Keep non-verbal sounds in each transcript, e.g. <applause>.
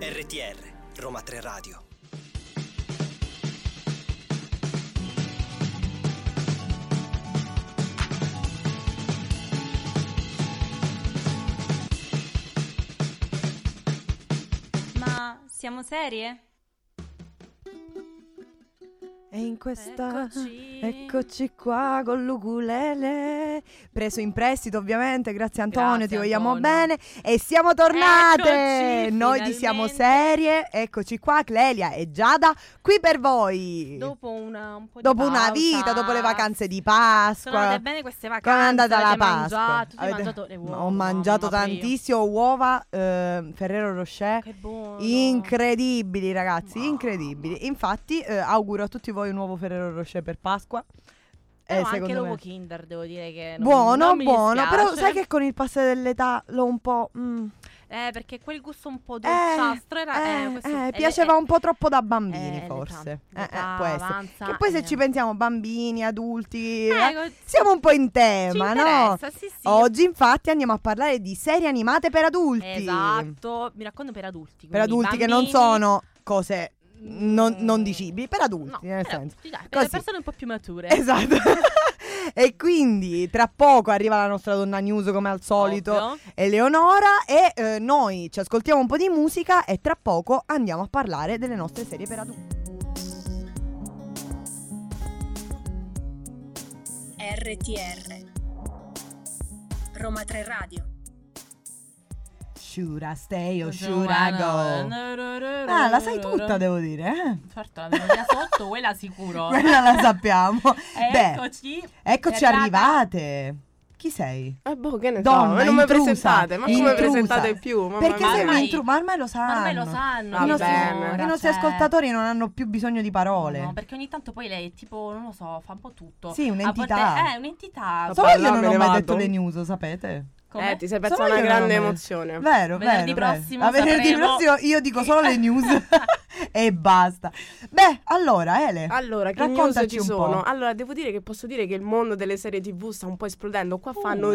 RTR, Roma 3 Radio. Ma siamo serie? E in questa... Eccoci. Eccoci qua con l'ugulele, preso in prestito ovviamente, grazie Antonio, Grazie, ti vogliamo Antonio. bene e siamo tornate! Eccoci, Noi di Siamo finalmente. Serie, eccoci qua Clelia e Giada qui per voi. Dopo una, un po' di Dopo una pausa. vita, dopo le vacanze di Sono Pasqua. andate bene queste vacanze. Come è andata la avete Pasqua? mangiato, tu hai Avete- mangiato le uova, Ho mangiato mamma mia. tantissimo uova, eh, Ferrero Rocher. Che buono. Incredibili ragazzi, Mamma. incredibili. Infatti eh, auguro a tutti voi un nuovo Ferrero Rocher per Pasqua. Però Eh, anche secondo l'uovo me- Kinder devo dire che non- Buono, non mi buono. Però dispiace. sai che con il passare dell'età l'ho un po'. mm, Eh, perché quel gusto un po' eh, dolciastro era... eh, questo- eh, eh, piaceva eh, un po' troppo da bambini, eh, forse. l'età, Eh, eh, l'età può essere. avanza, Che poi se eh. ci pensiamo, bambini, adulti. eh, Ecco, siamo un po' in ci tema, no? interessa, Sì, sì. Oggi, infatti, andiamo a parlare di serie animate per adulti. Esatto, mi raccomando per adulti. Per quindi adulti che non bambini- sono cose non, non Mm. dicibili, per adulti, No, nel per senso. adulti, eh. dai, per Così. le persone un po' più mature. Esatto. <laughs> e quindi tra poco arriva la nostra donna news come al solito. Ovvio. Eleonora e eh, noi ci ascoltiamo un po' di musica e tra poco andiamo a parlare delle nostre serie per adulti. RTR Roma 3 Radio Should I stay or should I go? go. Ah, la sai tutta, devo dire. eh? Certo, la melodia sotto, quella sicuro. <laughs> Quella la sappiamo. Beh, Eccoci. eccoci Serrata. arrivate. Chi sei? Eh boh, che ne so, Donna, ma non mi intrusa, presentate, ma come intrusa. presentate più? Mamma Perché mia. sei un ormai- intruso? Ma ormai lo sanno. Ormai lo sanno. Va I mi nostri, bene. dimora, i nostri cioè. ascoltatori non hanno più bisogno di parole. No, perché ogni tanto poi lei è tipo, non lo so, fa un po' tutto. A Sì, volte- un'entità. eh, un'entità. Vabbè, Solo io là non me ho ne mai vado. detto le news, sapete? Come? Eh, ti sei Solo persa io una non grande ho mai- emozione. Vero, Venerdì vero, prossimo vero. A venerdì sapremo prossimo io dico solo le news <laughs> <laughs> e basta. Beh, allora Ele, Allora, che news Raccontaci ci un sono? po'. Allora, devo dire che posso dire che il mondo delle serie TV sta un po' esplodendo. Qua Uh, fanno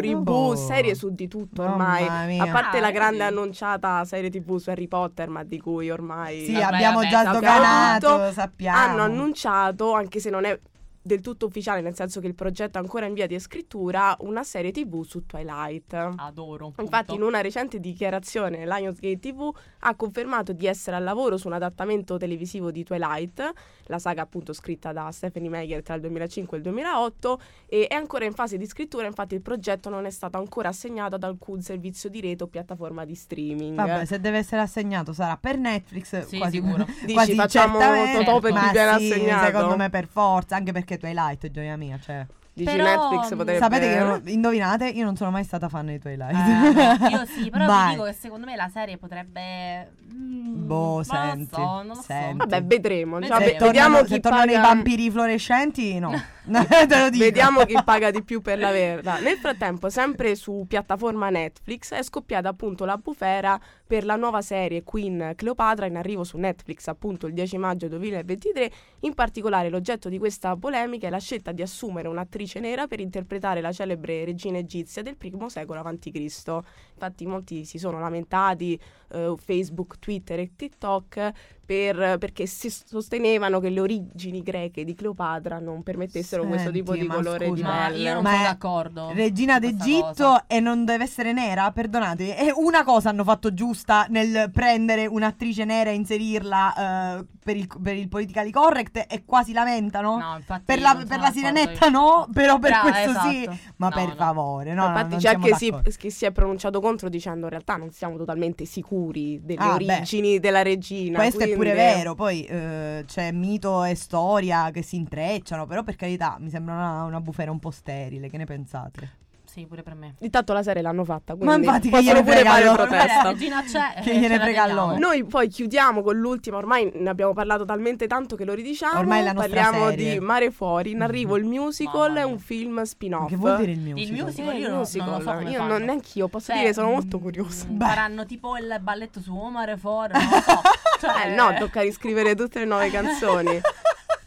boh. reboot, serie su di tutto Mamma ormai. mia. A parte Ah, la grande vedi? annunciata serie TV su Harry Potter, ma di cui ormai sì, Vabbè, abbiamo vabbè, già sappiamo sdoganato, tutto. Ah, sappiamo. hanno annunciato, anche se non è del tutto ufficiale, nel senso che il progetto è ancora in via di scrittura, una serie TV su Twilight. Adoro. punto. Infatti, Eh, in una recente dichiarazione, Lionsgate TV ha confermato di essere al lavoro su un adattamento televisivo di Twilight, la saga appunto scritta da Stephanie Meyer tra il 2005 e il 2008, e è ancora in fase di scrittura. Infatti, il progetto non è stato ancora assegnato ad alcun servizio di rete o piattaforma di streaming. Vabbè, se deve essere assegnato sarà per Netflix, Sì, quasi <laughs> sicuro. Dici, quasi facciamo certamente. Totò per Ma chi viene sì, assegnato. Secondo me per forza, anche perché Twilight, gioia mia, cioè. Dici Però, Netflix mh, potrebbe Sapete che io non- indovinate, io non sono mai stata fan di Twilight. Eh, no, io sì, però Vai. vi dico che secondo me la serie potrebbe. mm, Boh, non senti, lo so, non lo senti. so. Vabbè, vedremo. Se Cioè, ve- se tornano, vediamo se chi tornano i paga- vampiri fluorescenti, <laughs> no. <laughs> Te lo dico. Vediamo chi paga di più per <laughs> l'averla. Nel frattempo, sempre su piattaforma Netflix, è scoppiata appunto la bufera per la nuova serie Queen Cleopatra in arrivo su Netflix appunto il 10 maggio 2023. In particolare, l'oggetto di questa polemica è la scelta di assumere un'attrice nera per interpretare la celebre regina egizia del primo secolo a.C. Infatti, molti si sono lamentati, eh, Facebook, Twitter e TikTok. per- perché si sostenevano che le origini greche di Cleopatra non permettessero questo Senti, tipo di ma colore scusa, di Ma pelle. io non Ma sono è d'accordo. <laughs> Regina su questa cosa. d'Egitto e non deve essere nera, perdonatemi. E una cosa hanno fatto giusta nel prendere un'attrice nera e inserirla eh, per, il, per il politically correct e qua si lamentano. No, infatti Per la, non sono per la d'accordo sirenetta io. no, però per Bra- questo esatto. sì. Ma No, per no. favore, no, no, Infatti non c'è siamo chi si, d'accordo. chi si è pronunciato contro dicendo in realtà non siamo totalmente sicuri delle Ah, beh. origini della regina. Questo è pure quindi- vero, poi eh, c'è mito e storia che si intrecciano, però per carità mi sembra una, una bufera un po' sterile, che ne pensate? Sì, pure per me. Intanto la serie l'hanno fatta, Ma quindi infatti che possono gliene pure frega fare loro. <laughs> La protesta. regina c'è. Che eh, gliene ce la frega a teniamo. loro. Noi poi chiudiamo con l'ultima, ormai ne abbiamo parlato talmente tanto che lo ridiciamo. Ormai è la nostra Parliamo serie. Mm-hmm. di Mare Fuori, in arrivo il musical, Mamma è mia. un film spin-off. Che vuol dire il musical? Il Sì, musical, il io non- musical. non lo so come Io fanno. non neanche io, posso Cioè, dire, sono mm, molto curiosa. Beh. Faranno tipo il balletto <laughs> su Omar e For, non lo so. Cioè- <laughs> Eh no, tocca riscrivere tutte le nuove canzoni.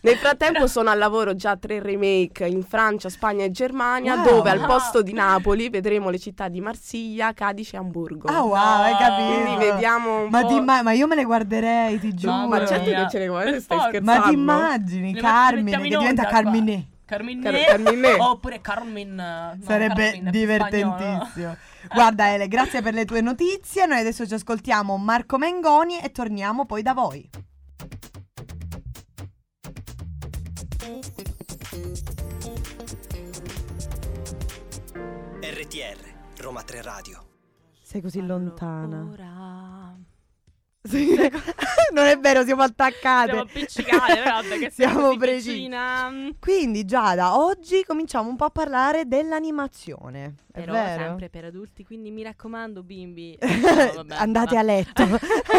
Nel frattempo sono al lavoro già tre remake in Francia, Spagna e Germania, Wow. dove al No. posto di Napoli vedremo le città di Marsiglia, Cadice e Amburgo. Ah, wow, hai capito. Quindi vediamo un ma, po'. ti imma- ma io me le guarderei, ti giuro. No, Ma Mamma certo mia. che ce ne vuoi, Per stai forza. Ma scherzando. ti immagini, Le Carmine, mettiamo che in diventa onda qua. Carmine. Carmine, Car- Carmine. <laughs> oppure Carmin no, Sarebbe Carmine, divertentissimo. spagnolo. Guarda Ele, grazie per le tue notizie. Noi adesso ci ascoltiamo Marco Mengoni e torniamo poi da voi. RTR Roma 3 Radio. Sei così lontana. Ora. Sì. <laughs> non è vero, siamo attaccate. Siamo appiccicate, però vabbè, che siamo così precisi. piccina. Quindi Giada, oggi cominciamo un po' a parlare dell'animazione. È Però vero? sempre per adulti, quindi mi raccomando <laughs> bimbi. Andate a <laughs> letto.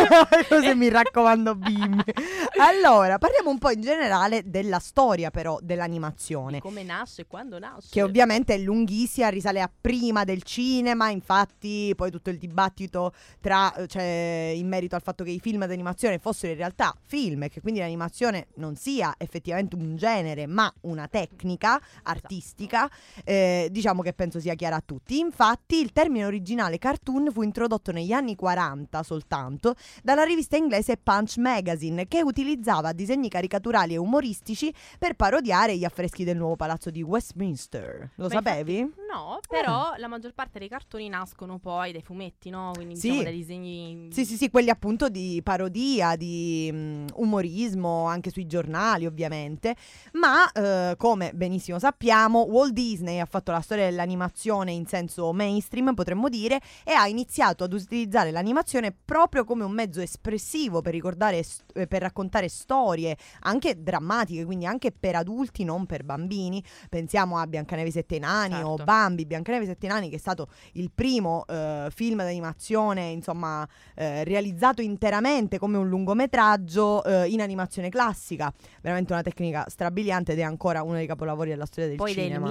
<laughs> Così mi raccomando, bimbi. Allora, parliamo un po' in generale della storia, però, dell'animazione. Come nasce, quando nasce. Che ovviamente è lunghissima, risale a prima del cinema, infatti poi tutto il dibattito tra, cioè, in merito al fatto che i film d'animazione fossero in realtà film e che quindi l'animazione non sia effettivamente un genere ma una tecnica artistica, eh, diciamo che penso sia chiara a tutti. Infatti il termine originale cartoon fu introdotto negli anni 40 soltanto dalla rivista inglese Punch Magazine che utilizzava disegni caricaturali e umoristici per parodiare gli affreschi del nuovo palazzo di Westminster. Lo Ma sapevi? infatti- no, Eh. però la maggior parte dei cartoni nascono poi dai fumetti, no? Quindi Sì. diciamo dai disegni Sì, sì, sì, quelli appunto di parodia, di mm, umorismo, anche sui giornali ovviamente, ma eh, come benissimo sappiamo Walt Disney ha fatto la storia dell'animazione in senso mainstream, potremmo dire, e ha iniziato ad utilizzare l'animazione proprio come un mezzo espressivo per ricordare, st- eh, per raccontare storie anche drammatiche, quindi anche per adulti, non per bambini. Pensiamo a Biancaneve e Sette Nani o Certo. Bambi, Biancaneve e Sette Nani che è stato il primo eh, film d'animazione, insomma, eh, realizzato interamente come un lungometraggio eh, in animazione classica. Veramente una tecnica strabiliante ed è ancora uno dei capolavori della storia del poi del cinema.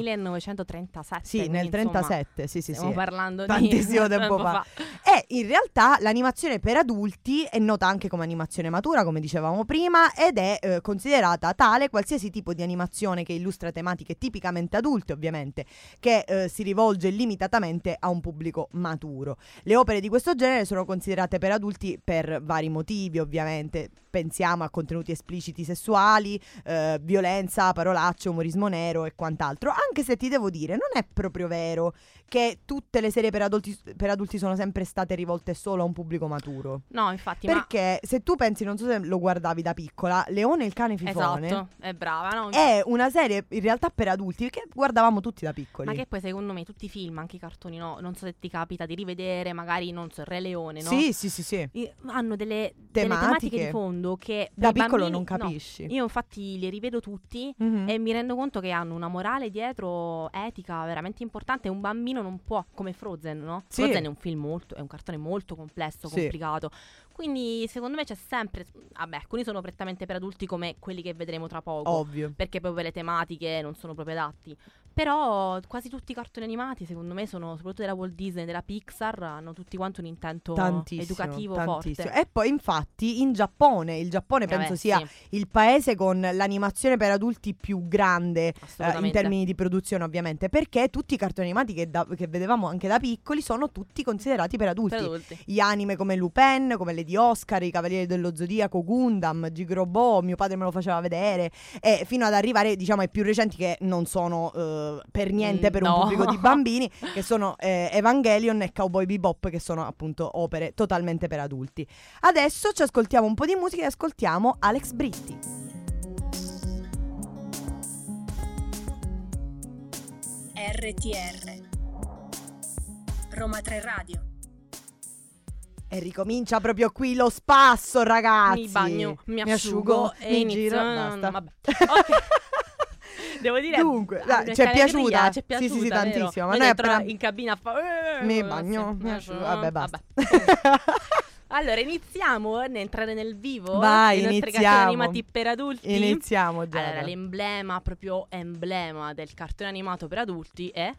1937. Sì, quindi, nel insomma, 37, sì, sì, Stiamo sì. parlando di <laughs> Tantissimo tanto tempo fa. E in realtà l'animazione per adulti è nota anche come animazione matura, come dicevamo prima, ed è eh, considerata tale qualsiasi tipo di animazione che illustra tematiche tipicamente adulte, ovviamente, che eh, si rivolge limitatamente a un pubblico maturo. Le opere di questo genere sono considerate per adulti per vari motivi, ovviamente. Pensiamo a contenuti espliciti sessuali, eh, violenza, parolacce, umorismo nero e quant'altro. Anche se ti devo dire, non è proprio vero che tutte le serie per adulti, per adulti sono sempre state rivolte solo a un pubblico maturo. No, infatti, Perché se tu pensi, non so se lo guardavi da piccola, Leone il cane ma fifone Eh, esatto, è brava, no? è una serie in realtà per adulti che guardavamo tutti da piccoli. Ma che poi secondo me tutti i film, anche i cartoni, no? Non so se ti capita di rivedere, magari, non so, il Re Leone, no? Sì, sì, sì, sì. I- Hanno delle tematiche. delle Tematiche. tematiche di fondo che per Da i piccolo bambini- non no. capisci. Io infatti li rivedo tutti Mhm. E mi rendo conto che hanno una morale dietro etica veramente importante. Un bambino non può, come Frozen, no? Sì. Frozen è un film molto, è un cartone molto complesso, Sì. complicato. Quindi secondo me c'è sempre, vabbè, alcuni sono prettamente per adulti come quelli che vedremo tra poco. Ovvio. Perché proprio le tematiche non sono proprio adatti. Però quasi tutti i cartoni animati, secondo me, sono soprattutto della Walt Disney, della Pixar, hanno tutti quanto un intento Tantissimo, educativo tantissimo. forte. E poi infatti in Giappone, il Giappone Vabbè, penso sia eh, sì, il paese con l'animazione per adulti più grande eh, in assolutamente. termini di produzione ovviamente, perché tutti i cartoni animati che, da- che vedevamo anche da piccoli sono tutti considerati per adulti. per adulti. Gli anime come Lupin, come Lady Oscar, i Cavalieri dello Zodiaco, Gundam, Gigrobo, mio padre me lo faceva vedere, e fino ad arrivare diciamo ai più recenti che non sono eh, per niente Mm, per un no. pubblico <laughs> di bambini, che sono eh, Evangelion e Cowboy Bebop, che sono appunto opere totalmente per adulti. Adesso ci ascoltiamo un po' di musica e ascoltiamo Alex Britti. RTR Roma 3 Radio. E ricomincia proprio qui lo spasso, ragazzi. Mi bagno, mi Mi asciugo, e mi inizio- giro, no, no, basta. no, vabbè. <laughs> Ok. Devo dire Dunque, dai, Bianca ci è Alegria, piaciuta? ci è Sì, sì, sì, piaciuta, vero? tantissimo, ma Noi noi dentro appena- in cabina fa Mi eh, bagno, sì, mi asciugo. Vabbè, basta. <laughs> Allora, iniziamo ad entrare nel vivo Vai, dei Oh, nostri iniziamo. cartoni animati per adulti. Iniziamo già. allora, l'emblema, proprio emblema del cartone animato per adulti è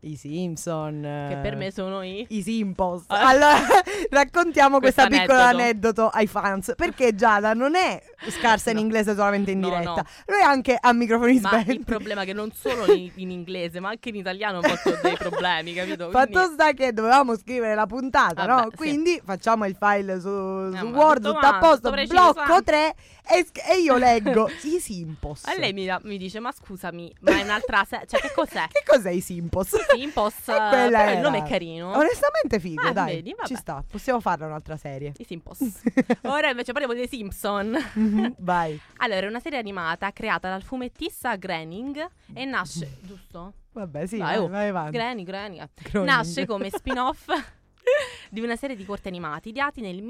I Simpson. Che per me sono i... I Simpos. Ah. Allora, <laughs> raccontiamo questa Questo piccola aneddoto. aneddoto ai fans. Perché Giada non è scarsa in No. inglese solamente in No, no. diretta. Lui è anche a microfoni Ma spenti. il problema è che non <laughs> solo in, in inglese, ma anche in italiano ho fatto dei problemi, capito? Quindi- <laughs> Fatto sta che dovevamo scrivere la puntata, Vabbè, no? sì. Eh, Quindi facciamo il file su, su ma Word, tutto tutto a quanto, posto, preciso, blocco anche. 3 e, sc- e io <laughs> leggo i Simpos. E lei mi, da- mi dice, ma scusami, ma è un'altra... se- cioè, che cos'è? <laughs> che cos'è i Simpos? Simpos, <laughs> E quella però il era. nome è carino. Onestamente figo, Ah, dai. vedi, vabbè. ci sta. Possiamo farla un'altra <laughs> serie. <laughs> I Simpos. Ora invece parliamo dei Simpson. Mhm, Vai. Allora, è una serie animata creata dal fumettista Groening e nasce, giusto? Vabbè, sì, Vai, vai, oh. vai avanti. Groening, Groening. Groening. Nasce <laughs> come spin-off di una serie di corti animati ideati nel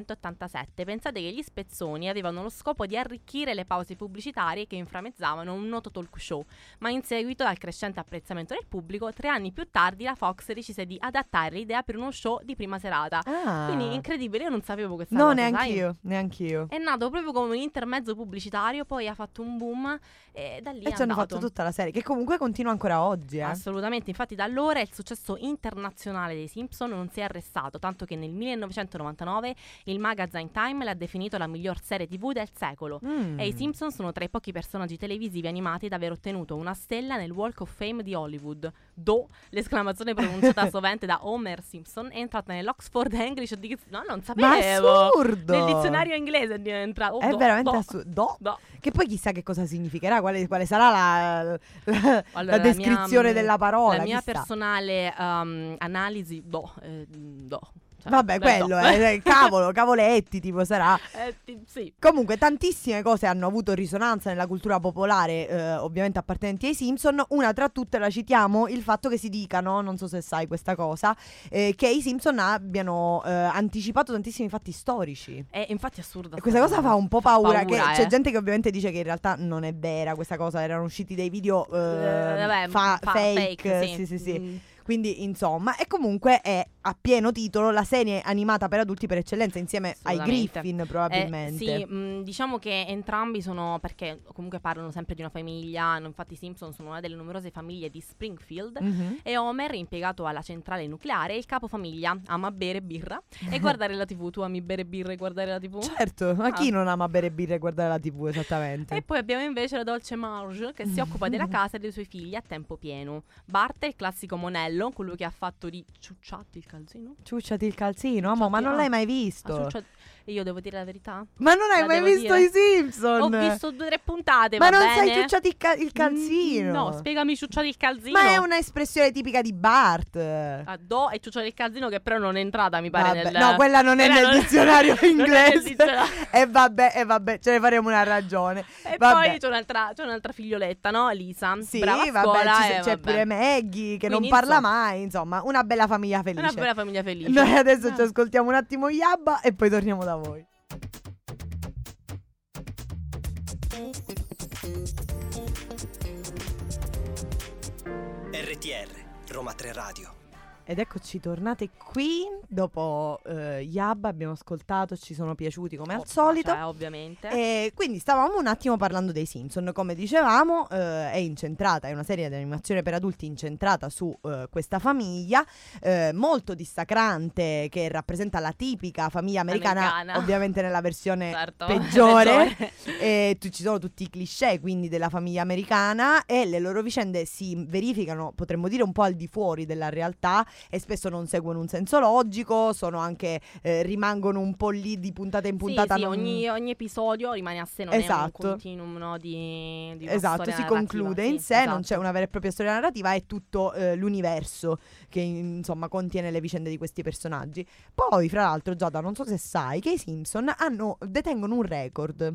1987. Pensate che gli spezzoni avevano lo scopo di arricchire le pause pubblicitarie che inframezzavano un noto talk show, ma in seguito al crescente apprezzamento del pubblico, tre anni più tardi la Fox decise di adattare l'idea per uno show di prima serata. Ah. Quindi incredibile, io non sapevo questa No, cosa, sai? neanch'io, neanch'io. È nato proprio come un intermezzo pubblicitario, poi ha fatto un boom e da lì E è ci hanno andato. fatto tutta la serie, che comunque continua ancora oggi, eh. Assolutamente, infatti da allora il successo internazionale dei Simpson non si è arrestato, tanto che nel 1999 il magazine Time l'ha definito la miglior serie TV del secolo. Mm. E i Simpson sono tra i pochi personaggi televisivi animati ad aver ottenuto una stella nel Walk of Fame di Hollywood. Do, l'esclamazione <laughs> pronunciata sovente da Homer Simpson, è entrata nell'Oxford English Dictionary. No, non Ma è sapevo! assurdo! Nel dizionario inglese è entrato. È do, veramente do. assurdo. Do? Do. Che poi chissà che cosa significherà, quale, quale sarà la, la- Allora, la mia, descrizione mm, della parola. La mia chissà. personale ehm, analisi, do, eh, do. Cioè, Vabbè, beh, quello, do. <laughs> eh, cavolo, cavoletti, tipo sarà. Eh, ti- sì. Comunque, tantissime cose hanno avuto risonanza nella cultura popolare, eh, ovviamente appartenenti ai Simpson. Una tra tutte la citiamo, il fatto che si dicano, non so se sai questa cosa, eh, che i Simpson abbiano eh, anticipato tantissimi fatti storici. Eh, infatti è assurda. E Questa sta cosa fa un po' Fa paura, che paura, c'è eh. gente che ovviamente dice che in realtà non è vera questa cosa, erano usciti dei video eh, Eh, vabbè, fa- fa- fake, sì sì sì. Mm. Quindi insomma, e comunque è a pieno titolo la serie animata per adulti per eccellenza insieme ai Assolutamente. Griffin Eh, probabilmente. sì, mh, diciamo che entrambi sono perché comunque parlano sempre di una famiglia, hanno- infatti i Simpson sono una delle numerose famiglie di Springfield Mhm. e Homer, impiegato alla centrale nucleare, è il capofamiglia, ama bere birra <laughs> e guardare la TV, tu ami bere birra e guardare la TV? Certo, ma Ah. chi non ama bere birra e guardare la TV esattamente? E poi abbiamo invece la dolce Marge che si occupa <laughs> della casa e dei suoi figli a tempo pieno. Bart è il classico monello, quello che ha fatto di ciucciatti il calzino. Ciucciati il calzino, amo, Ciucciati- ma non ah, l'hai mai Ha visto? ciucciati- E io devo dire la verità? Ma non hai La mai devo visto dire. i Simpson? Ho visto due o tre puntate, Ma va non sai bene? ciucciati il, ca- il calzino? Mm, No, spiegami ciucciati il calzino. Ma è un'espressione tipica di Bart. Ah, do e ciucciati il calzino che però non è entrata, mi pare. Vabbè, nel- No, quella non è quella nel non- dizionario <laughs> non è nel inglese. dizionario. E vabbè, e vabbè, ce ne faremo una ragione. E Vabbè. poi c'è un'altra, c'è un'altra figlioletta, no? Lisa. Sì, Brava a vabbè, scuola ci- e c'è vabbè. pure Maggie che non Quindi, parla insomma, mai, insomma, una bella famiglia felice. Una bella famiglia felice. Noi adesso Ah. ci ascoltiamo un attimo Yabba e poi torniamo da voi. RTR, Roma 3 Radio. Ed eccoci tornate qui dopo eh, Yabba, abbiamo ascoltato, ci sono piaciuti come al Oh, solito. cioè, ovviamente. E quindi stavamo un attimo parlando dei Simpson, come dicevamo eh, è incentrata, è una serie di animazione per adulti incentrata su eh, questa famiglia, eh, molto dissacrante che rappresenta la tipica famiglia americana, Americana. ovviamente nella versione Certo, <laughs> peggiore, peggiore. e tu- ci sono tutti i cliché quindi della famiglia americana e le loro vicende si verificano, potremmo dire, un po' al di fuori della realtà e spesso non seguono un senso logico, sono anche, eh, rimangono un po' lì di puntata in Sì, puntata. sì, non- ogni, ogni episodio rimane a sé, non Esatto. è un continuum no, di, di una Esatto, storia si narrativa, conclude in sì, sé, non esatto. c'è una vera e propria storia narrativa, è tutto eh, l'universo che insomma contiene le vicende di questi personaggi. Poi, fra l'altro, Giada, non so se sai che i Simpson hanno- detengono un record,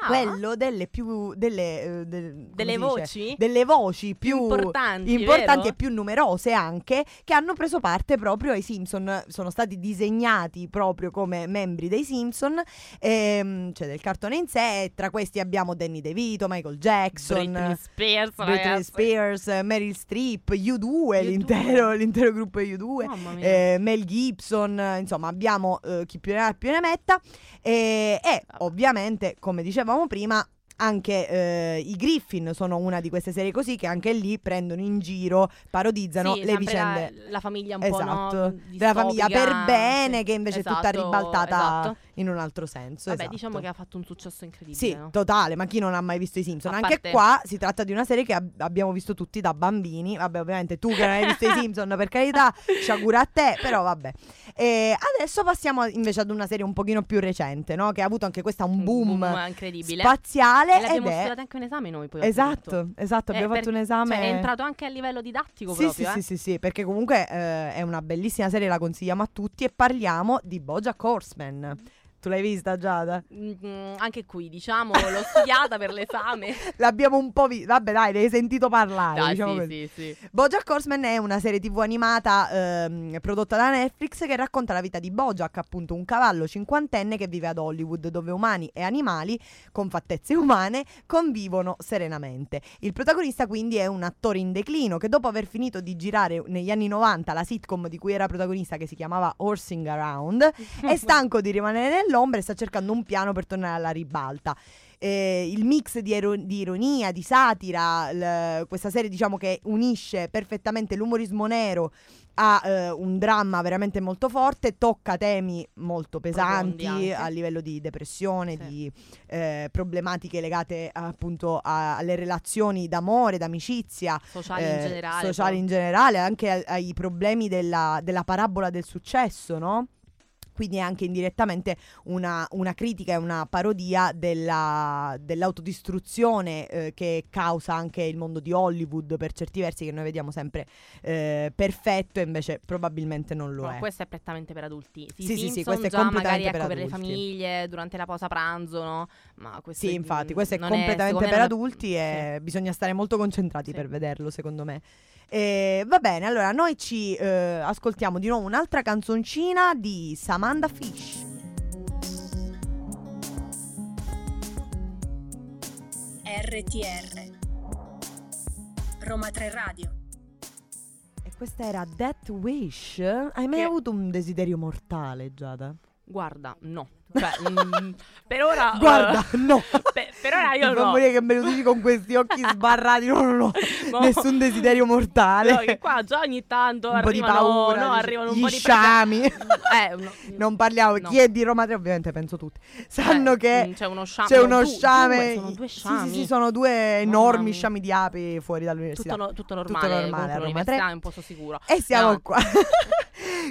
Ah, quello delle più delle, eh, del- come delle si dice? voci delle voci più importanti, importanti e vero? più numerose anche che hanno preso parte proprio ai Simpson sono stati disegnati proprio come membri dei Simpson ehm, cioè del cartone in sé e tra questi abbiamo Danny DeVito Michael Jackson Britney Spears, Britney ragazzi. Spears Meryl Streep U2 U due. l'intero, l'intero gruppo U2 Mamma mia. eh, Mel Gibson, eh, insomma abbiamo eh, chi più ne ha più ne metta e, e Vabbè. ovviamente come dicevamo prima Anche eh, i Griffin sono una di queste serie così che anche lì prendono in giro, parodizzano Sì, le sempre la- vicende La, famiglia un Esatto, po' no, della famiglia distopica, per bene sì. che invece è tutta Esatto, ribaltata esatto. in un altro senso. Vabbè, esatto. diciamo che ha fatto un successo incredibile. Sì, no? totale, ma chi non ha mai visto i Simpson? A Anche parte- qua si tratta di una serie che ab- abbiamo visto tutti da bambini. Vabbè, ovviamente tu che non hai <laughs> visto i Simpson, per carità, sciagura a te, però vabbè. E adesso passiamo invece ad una serie un pochino più recente, no? Che ha avuto anche questa un boom, incredibile. spaziale e l'abbiamo ed è- studiato anche un esame noi poi. ho detto. Esatto, esatto, Eh, abbiamo fatto per- un esame. Cioè, è entrato anche a livello didattico Sì, sì, proprio, eh. sì, sì, sì, perché comunque eh, è una bellissima serie, la consigliamo a tutti e parliamo di Bojack Horseman. Tu l'hai vista Giada? Mm, anche qui, diciamo, l'ho studiata per <laughs> l'esame. L'abbiamo un po' vista, vabbè dai, l'hai sentito parlare, Dai, diciamo sì, così. sì, sì. Bojack Horseman è una serie tv animata ehm, prodotta da Netflix che racconta la vita di Bojack, appunto un cavallo cinquantenne che vive ad Hollywood dove umani e animali con fattezze umane convivono serenamente. Il protagonista quindi è un attore in declino che dopo aver finito di girare negli anni 90 la sitcom di cui era protagonista che si chiamava Horsing Around <laughs> è stanco di rimanere nell'ombra e sta cercando un piano per tornare alla ribalta. Eh, il mix di, ero- di ironia, di satira, l- questa serie diciamo che unisce perfettamente l'umorismo nero a eh, un dramma veramente molto forte, tocca temi molto Profondi pesanti anche. a livello di depressione, Sì. di eh, problematiche legate appunto a- alle relazioni d'amore, d'amicizia, Sociali in eh, generale. sociali in generale, anche al- ai problemi della, della parabola del successo, no? Quindi è anche indirettamente una, una critica e una parodia della- dell'autodistruzione eh, che causa anche il mondo di Hollywood per certi versi che noi vediamo sempre eh, perfetto e invece probabilmente non lo No, è. questo è prettamente per adulti. Sì, Sì, sì, sì, Simpson questo è già magari completamente ecco, per per le adulti. famiglie, durante la pausa pranzo, no? Ma questo Sì, infatti, questo è non completamente secondo me non per è- adulti e bisogna stare molto concentrati Sì. per vederlo, secondo me. E va bene, allora noi ci eh, ascoltiamo di nuovo un'altra canzoncina di Samantha Fish. RTR. Roma 3 Radio. E questa era That Wish. Hai mai Che- avuto un desiderio mortale, Giada? Guarda, no. Cioè, <laughs> mm, per ora... Guarda, eh, <laughs> no. Per, per ora io Mi fa no. morire che me lo dici con questi occhi <laughs> sbarrati. No, no, no. Mo- Nessun desiderio mortale. Boh. No, che qua già ogni tanto un po' di arrivano, paura. no, dici, arrivano un gli po' di sciami. Eh, no, non parliamo. no. Chi è di Roma 3, ovviamente, penso tutti. Sanno Eh, che mm, c'è uno sciame. c'è no, uno du- due, sciame. sono due Sì, sciami. Sì, sì, sono due Mamma enormi mia. sciami di api fuori dall'università. tutto, no- tutto normale, eh, tutto normale, normale a Roma l'università tre. è un posto sicuro. E siamo No. qua. <laughs>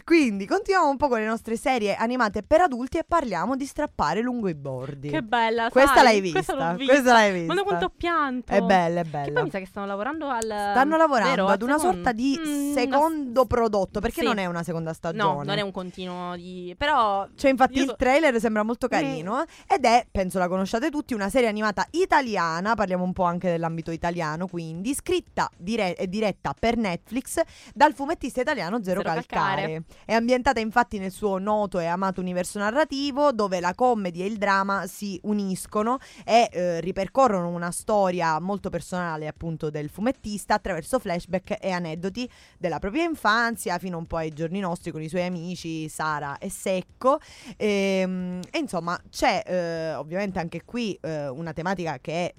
Quindi continuiamo un po' con le nostre serie animate per adulti e parliamo di strappare lungo i bordi. Che bella, questa sai, l'hai questa vista, l'ho vista. questa l'hai Ma vista. no, quanto ho pianto. È bella, è Che poi bella. mi sa che stanno lavorando al Stanno lavorando vero, al ad una secondo? sorta di Mm, una- secondo prodotto, perché Sì. non è una seconda stagione. No, non è un continuo di però Cioè, infatti, Io il so- Mm. trailer sembra molto carino. Ed è, penso la conosciate tutti, una serie animata italiana. Parliamo un po' anche dell'ambito italiano, quindi. Scritta dire- e diretta per Netflix dal fumettista italiano Zero Zero, Calcare. Calcare. È ambientata, infatti, nel suo noto e amato universo narrativo, dove la comedy e il dramma si uniscono e eh, ripercorrono una storia molto personale, appunto, del fumettista attraverso flashback e aneddoti della propria infanzia fino un po' ai giorni nostri con i suoi amici Sara e Secco. Ehm, E, insomma c'è eh, ovviamente anche qui eh, una tematica che è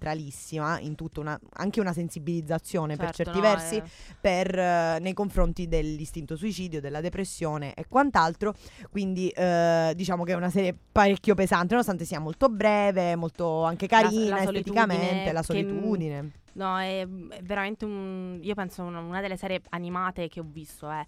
centralissima in tutto una- anche una sensibilizzazione per certo, certi no, versi è- per, eh, nei confronti dell'istinto suicidio, della depressione e quant'altro. Quindi eh, diciamo che è una serie parecchio pesante, nonostante sia molto breve, molto anche La- la carina solitudine esteticamente, la che- solitudine. No, è, è veramente un. Io penso una, una delle serie animate che ho visto. È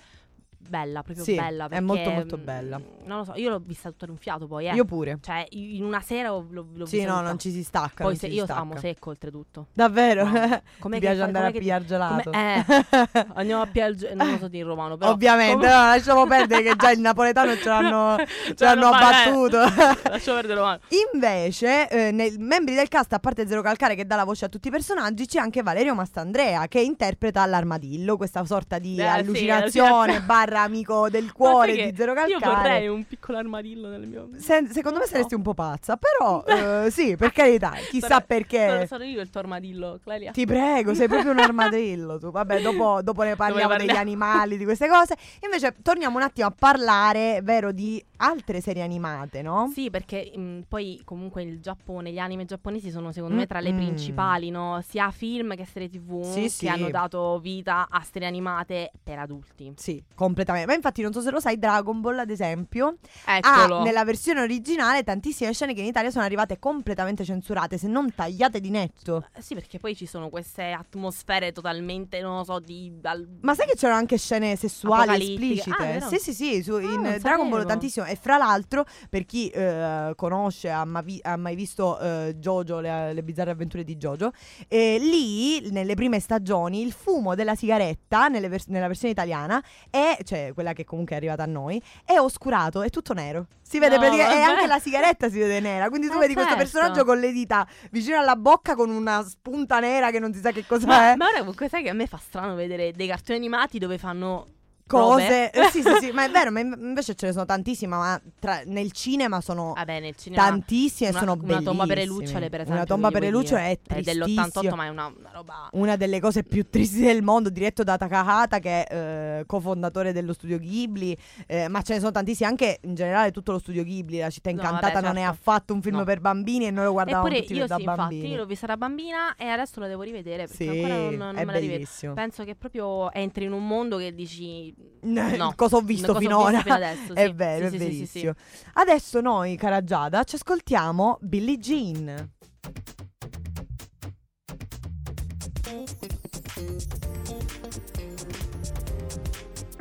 bella, proprio Sì, bella. è perché, molto, molto mm, bella. Non lo so, io l'ho vista tutta in un fiato poi. Eh. Io pure. Cioè, i- in una sera ho- l'ho, l'ho Sì, vista. no, tutta. non ci si stacca. Poi non se, ci si io stacca. amo secco oltretutto. Davvero? <laughs> Mamma, Mi Com'è Mi che piace fai- andare com'è a che- eh, pigliare gelato. com'è- <laughs> Andiamo a piangere. Non lo so dire in romano, però. Ovviamente, come- no, lasciamo perdere che già il napoletano ce <laughs> l'hanno, ce l'hanno abbattuto. abbattuto. eh. Lasciamo perdere il romano. Invece, eh, nei membri del cast, a parte Zero Calcare che dà la voce a tutti i personaggi, c'è anche Valerio Mastandrea che interpreta l'armadillo, questa sorta di Eh, sì, <laughs> allucinazione, barra barra amico del cuore che di Zero Io Calcare. vorrei un piccolo armadillo nel mio... Sen- secondo me Non saresti so. un po' pazza, però eh, sì, <laughs> per carità, chissà Sarà- perché. Sono, sono io il tuo armadillo, Clelia. Ti prego, sei proprio un armadillo tu. Vabbè, dopo, dopo ne parliamo degli parliamo. animali, di queste cose. Invece torniamo un attimo a parlare, vero, di altre serie animate, no? Sì, perché mh, poi comunque il Giappone, gli anime giapponesi sono secondo me tra le Mm. principali, no? Sia film che serie tv Sì, che sì. hanno dato vita a serie animate per adulti. Sì, completamente. Ma infatti non so se lo sai, Dragon Ball ad esempio Eccolo. ha Ah, nella versione originale tantissime scene che in Italia sono arrivate completamente censurate, se non tagliate di netto. Sì, perché poi ci sono queste atmosfere totalmente, non lo so, di... Dal... Ma sai che c'erano anche scene sessuali Apocalittiche. Ah, esplicite? vero? sì, sì, sì, su- in non eh, sapevo. Dragon Ball tantissimo. E fra l'altro, per chi eh, conosce, ha, ma vi- ha mai visto eh, Jojo, le, le bizzarre avventure di Jojo, eh, lì, nelle prime stagioni, il fumo della sigaretta, nelle vers- nella versione italiana, è, cioè quella che comunque è arrivata a noi, è oscurato, è tutto nero. Si vede No, praticamente, e vabbè. anche la sigaretta si vede nera. Quindi tu Eh, vedi questo certo. personaggio con le dita vicino alla bocca con una spunta nera che non si sa che cosa Ma, è. ma ora comunque sai che a me fa strano vedere dei cartoni animati dove fanno cose. prove. Eh, sì, sì, sì, ma è vero, ma in- invece ce ne sono tantissime, ma tra- nel cinema sono <laughs> Vabbè, nel cinema tantissime, Ah, una, sono una tomba per le bellissime. lucciole, per esempio. Una tomba per le quindi vuol lucciole è dire- tristissima. dell'88, ma è una, una roba Una delle cose più tristi del mondo, diretto da Takahata, che è eh, cofondatore dello studio Ghibli, eh, ma ce ne sono tantissime, anche in generale tutto lo studio Ghibli, La città No, incantata vabbè, non è certo. affatto un film No. per bambini e noi lo guardavamo Eppure tutti io da sì, infatti, bambini. io l'ho vista da bambina e adesso la devo rivedere perché sì, ancora non, non me è la rivedo. bellissimo. <laughs> Penso che proprio entri in un mondo che dici no. cosa ho visto Cosa ho finora. <laughs> visto fino adesso, È Certo, sì. vero, Sì, sì, è sì, sì, verissimo. Adesso noi, cara Giada, ci ascoltiamo Billie Jean.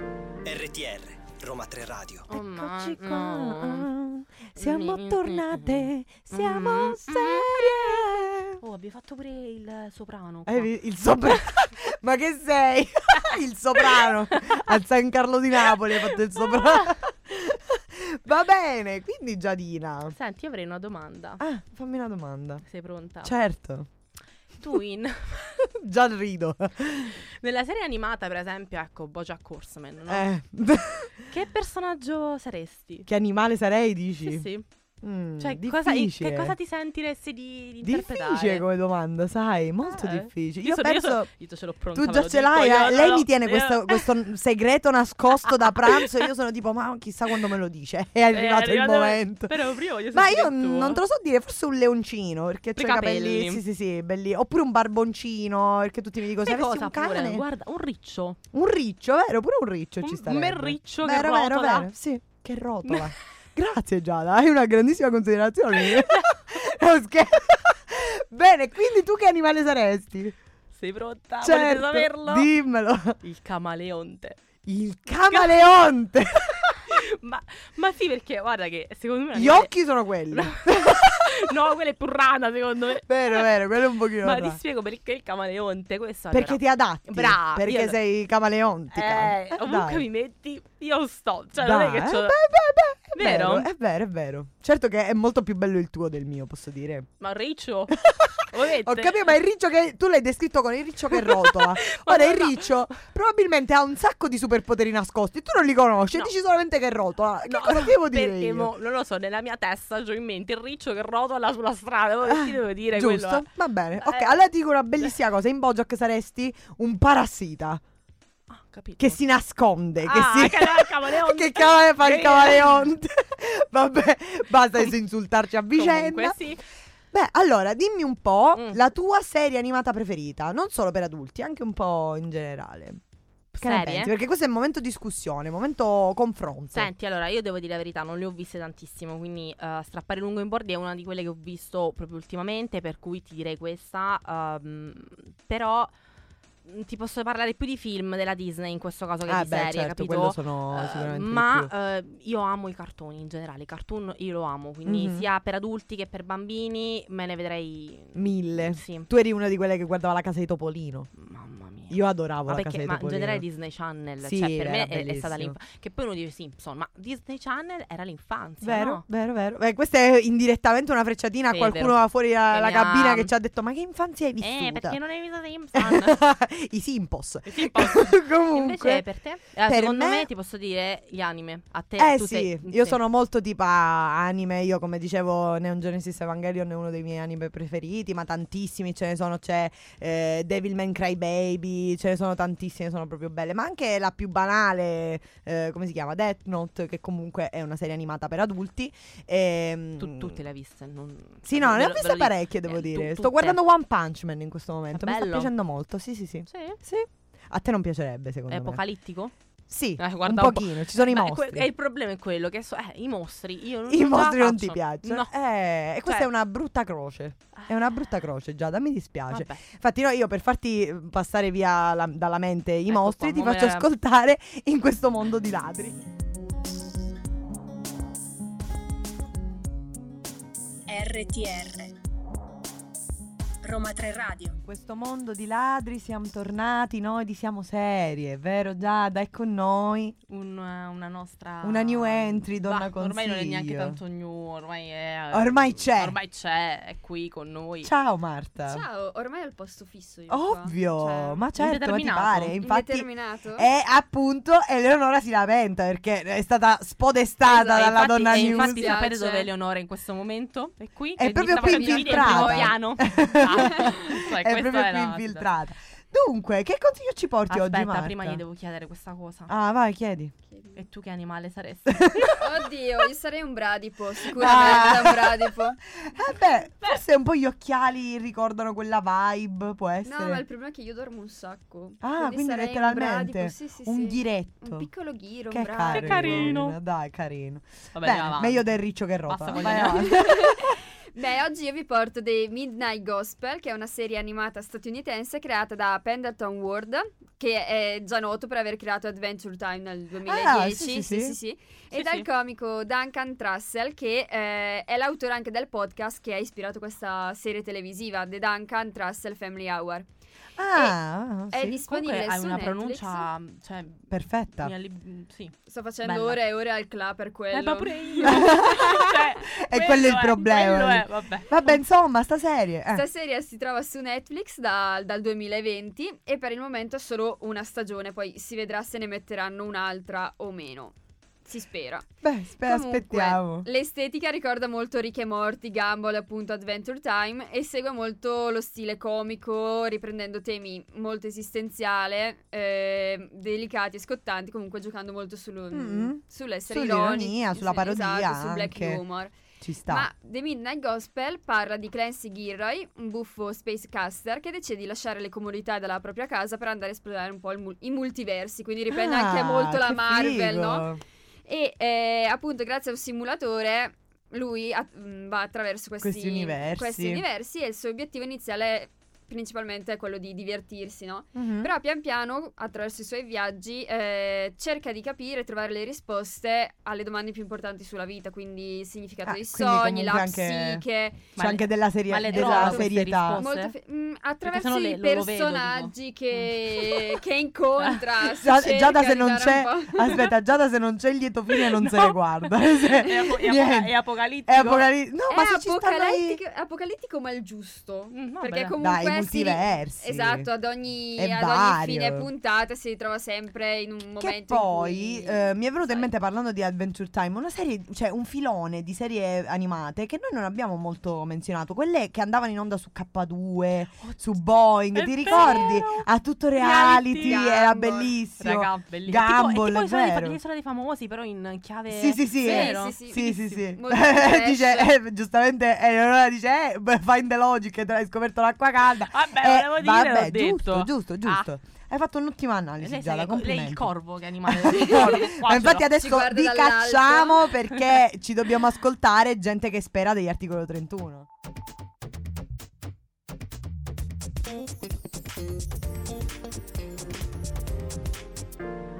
RTR Roma 3 Radio. Oh, ma- Eccoci qua. no. Siamo Mm, mm, mm, tornate, Mm, siamo mm. serie. Oh, abbiamo fatto pure il soprano. qua. Hai vi- il soprano. <laughs> Ma che sei? <laughs> il soprano. A San Carlo di Napoli hai fatto il soprano. <laughs> Va bene, quindi Giadina. Senti, io avrei una domanda. Ah, fammi una domanda. Sei pronta? Certo. <laughs> tu in <laughs> Già rido. nella serie animata, per esempio, ecco, Bojack Horseman, no? Eh. <laughs> Che personaggio saresti? che animale sarei, dici? Sì, sì. Mm, Cioè, cosa, in- difficile. che cosa ti sentiresti di, di interpretare? Difficile come domanda, sai, molto Eh. difficile. Io, Io, sono- io penso sono- io ce l'ho pronta. tu ve già lo ce dico, l'hai, io eh? ce lei l'ho- mi tiene io- <laughs> questo, questo segreto nascosto da pranzo e io sono tipo, ma chissà quando me lo dice. È Eh, arrivato, arrivato- il momento. Però prima voglio Ma sentire io il tuo. non te lo so dire, forse un leoncino, perché c'è i capelli, capelli. sì sì sì, belli, oppure un barboncino, perché tutti mi dicono se Sai avessi un cosa pure? cane, Guarda, un riccio. un riccio, vero? Pure un riccio ci Un- starebbe. Un bel riccio che vero, vero, rotola. vero, sì, che <laughs> rotola. Grazie Giada, hai una grandissima considerazione. <laughs> È uno scherzo. Bene, quindi tu che animale saresti? Sei pronta? Ah, Volete Certo, saperlo? dimmelo. Il camaleonte. <laughs> <laughs> Il camaleonte. ma, ma sì, perché guarda che secondo me... Gli <laughs> occhi sono <laughs> quelli. no, quella è più rana secondo me. Vero, vero, quello è un pochino. Ma raro. ti spiego perché il camaleonte. Questo allora, Perché ti adatti. Brava, Perché io- sei camaleontica. Eh, ovunque mi metti, io sto. Cioè, Dai, non è che eh, c'ho... beh, beh, beh, è eh. Vero? vero? È vero, è vero. Certo che è molto più bello il tuo del mio, posso dire. Ma un <laughs> riccio? <laughs> Ovviamente. Ho capito, ma il riccio che tu l'hai descritto con il <laughs> riccio che rotola. Ma Ora il no, no. riccio probabilmente ha un sacco di superpoteri nascosti. Tu non li conosci, No. dici solamente che rotola. Che No, cosa devo dire? perché io? mo, non lo so, nella mia testa ho in mente il riccio che rotola sulla strada. Poi Ah, Ti devo dire Giusto, eh, quello. è- va bene. Ok, Eh. allora ti dico una bellissima cosa. In Bojack saresti un parassita Ah, capito. che si nasconde. Ah, che si... che è il camaleonte. <laughs> che cavolo fa il Eh. camaleonte? <laughs> Vabbè, basta adesso insultarci a vicenda. Comunque, sì. Beh, allora, dimmi un po' Mm. la tua serie animata preferita, non solo per adulti, anche un po' in generale. Che ne Serie? pensi? Perché questo è il momento discussione, momento confronto. Senti, allora io devo dire la verità, non le ho viste tantissimo, quindi eh, Strappare lungo in bordi è una di quelle che ho visto proprio ultimamente, per cui ti direi questa, ehm, però mh, ti posso parlare più di film della Disney in questo caso che ah, di beh, serie, certo, capito? quello sono Eh, sicuramente di ma più. eh, io amo i cartoni in generale, i cartoon io lo amo, quindi Mhm. sia per adulti che per bambini me ne vedrei Mille. Sì. Tu eri una di quelle che guardava la casa di Topolino. Mamma mia. mia. Io adoravo ma la casa perché di ma in generale Topolino. Disney Channel, Sì, cioè per era me è, è stata bellissimo. l'infanzia. Che poi uno dice Simpson, ma Disney Channel era l'infanzia, Vero, no? vero, vero. Beh, questa è indirettamente una frecciatina Sì, a è vero. qualcuno là fuori la, Che la ne ha- cabina che ci ha detto: Ma che infanzia hai Eh, vissuta? perché non hai visto <laughs> Simpson? I Simpos. I Simpos. Comunque. <laughs> Invece per te? Eh, per secondo me... me- ti posso dire gli anime. A te Eh tu sì, sei- io sono molto tipo ah, anime, io come dicevo Neon Genesis Evangelion è uno dei miei anime preferiti, ma tantissimi ce ne sono, c'è eh, Devilman Crybaby, ce ne sono tantissime, sono proprio belle, ma anche la più banale, eh, come si chiama? Death Note, che comunque è una serie animata per adulti. ehm, Tu, tu te le hai viste? non- Sì, no, ve ne ho lo- viste ve lo dico. parecchie, devo Eh, tu- dire. tutte. Sto guardando One Punch Man in questo momento, mi sta bello. piacendo molto, sì sì sì. Sì? Sì, a te non piacerebbe È secondo me. apocalittico? Sì, Eh, un guarda un po'. pochino, ci sono i Beh, mostri. que- e il problema è quello che so- eh, i mostri, io non <laughs> I non ce la mostri non ti faccio. piacciono. No. Eh, e questa Cioè- è una brutta croce. È una brutta croce, Giada, mi dispiace. Vabbè. Infatti, no, io per farti eh, passare via la- dalla mente i Ecco mostri, qua, ti mo faccio me la- ascoltare in questo mondo di ladri. RTR. Roma 3 Radio. In questo mondo di ladri siamo tornati, noi di siamo serie, vero Giada? È con noi. Un, eh, una nostra Una new entry, donna Ma Ormai non è neanche consiglio. tanto new, ormai è Ormai c'è. Ormai c'è, è qui con noi. Ciao Marta. Ciao, ormai è al posto fisso io qua. Ovvio, Cioè, ma certo, ma ti indeterminato. pare. Infatti, indeterminato? E appunto Eleonora si lamenta perché è stata spodestata Esatto, dalla infatti- donna e news. Infatti, Mi sapete piace. dove è Eleonora in questo momento? È qui. È che proprio mi qui stava facendo vedere in infiltrata. primo piano. <laughs> Ah, cioè, è questo proprio qui la- infiltrata. Dunque, che consiglio ci porti oggi, Aspetta, Marta? prima gli devo chiedere questa cosa. Ah, vai, chiedi. E tu che animale saresti? Oddio, io sarei un <laughs> bradipo, sicuramente Ah. un bradipo. <laughs> Eh beh, forse un po' gli occhiali ricordano quella vibe, può essere. No, ma il problema è che io dormo un sacco. Ah, quindi sarei letteralmente, un, bradipo, sì, sì, un sì. diretto. Un piccolo ghiro, che un carino. bradipo. Dai, carino. Vabbè, Bene, andiamo avanti. meglio del riccio che roba. Basta Ah, con gli Vai animali. avanti. Beh, oggi io vi porto dei Midnight Gospel, che è una serie animata statunitense creata da Pendleton Ward, che è già noto per aver creato Adventure Time nel 2010. Ah, sì, sì, sì. E Sì, dal sì. comico Duncan Trussell, che eh, è l'autore anche del podcast che ha ispirato questa serie televisiva, The Duncan Trussell Family Hour. Ah, È sì, disponibile Comunque hai su una Netflix. pronuncia. Cioè, perfetta. mi alli- sì. Sto facendo Bella. ore e ore al club per quello. Eh, ma pure io. <laughs> Cioè, E quello è il problema. quello è, vabbè. Vabbè, insomma, sta serie. eh. Questa serie si trova su Netflix da- dal 2020 e per il momento è solo una stagione, poi si vedrà se ne metteranno un'altra o meno. Si spera. Beh, spe- Comunque, aspettiamo. L'estetica ricorda molto Rick e Morty, Gumball, appunto Adventure Time e segue molto lo stile comico, riprendendo temi molto esistenziali, delicati e scottanti, comunque giocando molto sullo- Mm. sull'essere Sull'ironia, ironici, sulla parodia esatto, sul black anche. humor. Ci sta. Ma The Midnight Gospel parla di Clancy Gilroy, un buffo spacecaster che decide di lasciare le comodità della propria casa per andare a esplorare un po' il mul- i multiversi, quindi riprende Ah, anche molto la che Marvel, figo. no? E eh, appunto grazie a un simulatore lui at- mh, va attraverso questi, Questi universi. questi universi e il suo obiettivo iniziale è- principalmente è quello di divertirsi, no? Mhm. Mm-hmm. Però pian piano, attraverso i suoi viaggi, eh, cerca di capire e trovare le risposte alle domande più importanti sulla vita, quindi il significato Ah, dei quindi sogni, la comunque anche- psiche, C'è anche della, serie- ma le della trovo queste serietà. risposte? molto fe- mm, attraverso sennò i le- lo- lo vedo, personaggi dico. Mm. <laughs> che, <laughs> che incontra. si Gia- cerca Giada se di non c'è dare un po'- <laughs> Aspetta Giada se non c'è il lieto fine <laughs> <laughs> Non se No. ne guarda eh, Se- È, <laughs> apo- è apo- niente. è apocalittico. È apocali- No è ma se ci stanno i- apocalittico, apocalittico, ma il giusto. Mm, no, perché beh, comunque Dai si- i multiversi Esatto, ad ogni, È ad ogni vario. fine puntata si ritrova sempre in un momento. che in poi cui- eh, mi è venuto in sai. mente parlando di Adventure Time una serie, cioè un filone di serie animate che noi non abbiamo molto menzionato, quelle che andavano in onda su K2, Oh, su Boeing, È ti vero! ricordi? A tutto reality, Reality. era Gumball. bellissimo. Raga, bellissimo. tipo, è Gumball, tipo è l'isola dei fa- vero. l'isola dei famosi, però in chiave. Sì, sì, sì. Vero? Sì, sì, Sì, sì, sì. <laughs> Molto trash. dice, eh, giustamente, Eleonora dice, eh, beh, find the logic, te l'hai scoperto l'acqua calda. Vabbè, Eh, volevo dire, l'ho vabbè, giusto, detto. Ah. giusto, giusto. Hai fatto un'ottima analisi, Lei, sa Giada, che- lei è complimenti. il corvo che <laughs> animale il corvo, qua Ma ce infatti l'ho. Ci adesso guarda vi dall'alto. <laughs> cacciamo perché ci dobbiamo ascoltare gente che spera degli articolo 31.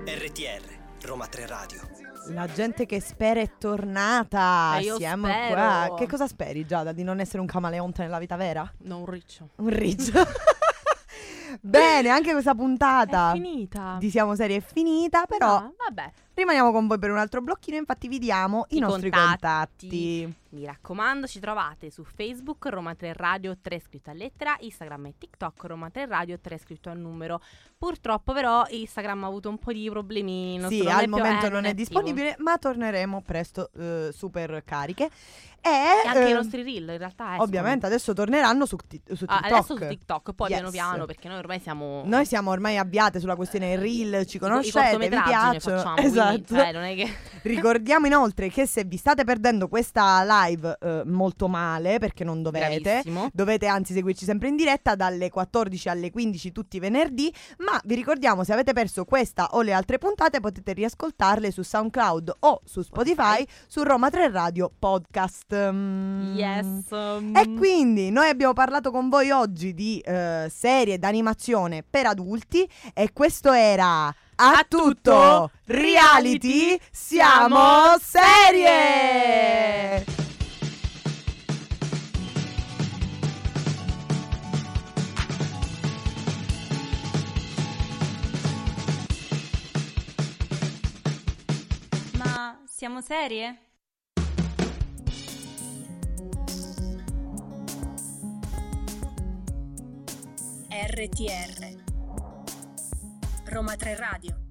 RTR, Roma 3 Radio. La gente che spera è tornata. Eh, io Siamo spero. qua. Che cosa speri, Giada? Di non essere un camaleonte nella vita vera? No, un riccio. Un riccio. <laughs> Bene, anche questa puntata È finita. di Siamo Serie è finita, però No, vabbè, rimaniamo con voi per un altro blocchino, infatti vi diamo i, I nostri contatti. contatti. mi raccomando, ci trovate su Facebook Roma 3 Radio 3 scritto a lettera, Instagram e TikTok Roma 3 Radio 3 scritto al numero. Purtroppo però Instagram ha avuto un po' di problemini. il nostro Sì, non al più- momento eh, non è attivo. disponibile, ma torneremo presto eh, super cariche. E, E anche eh, i nostri reel in realtà escono. ovviamente adesso torneranno su, ti- su Eh, Ah, TikTok. adesso su TikTok, poi Yes. piano piano perché noi ormai siamo Noi siamo ormai avviate sulla questione reel, ci Eh, I- conoscete, i vi cortometraggi ne piacciono. Esatto. facciamo, quindi, cioè, non è che- <laughs> Ricordiamo inoltre che se vi state perdendo questa live eh, molto male, perché non dovete, bravissimo. Dovete anzi seguirci sempre in diretta dalle 14 alle 15 tutti i venerdì, ma vi ricordiamo se avete perso questa o le altre puntate potete riascoltarle su SoundCloud o su Spotify su Roma 3 Radio Podcast. Mm. Yes. E quindi noi abbiamo parlato con voi oggi di eh, serie d'animazione per adulti e questo era a, A tutto tutto reality siamo serie. Ma siamo serie? RTR Roma 3 Radio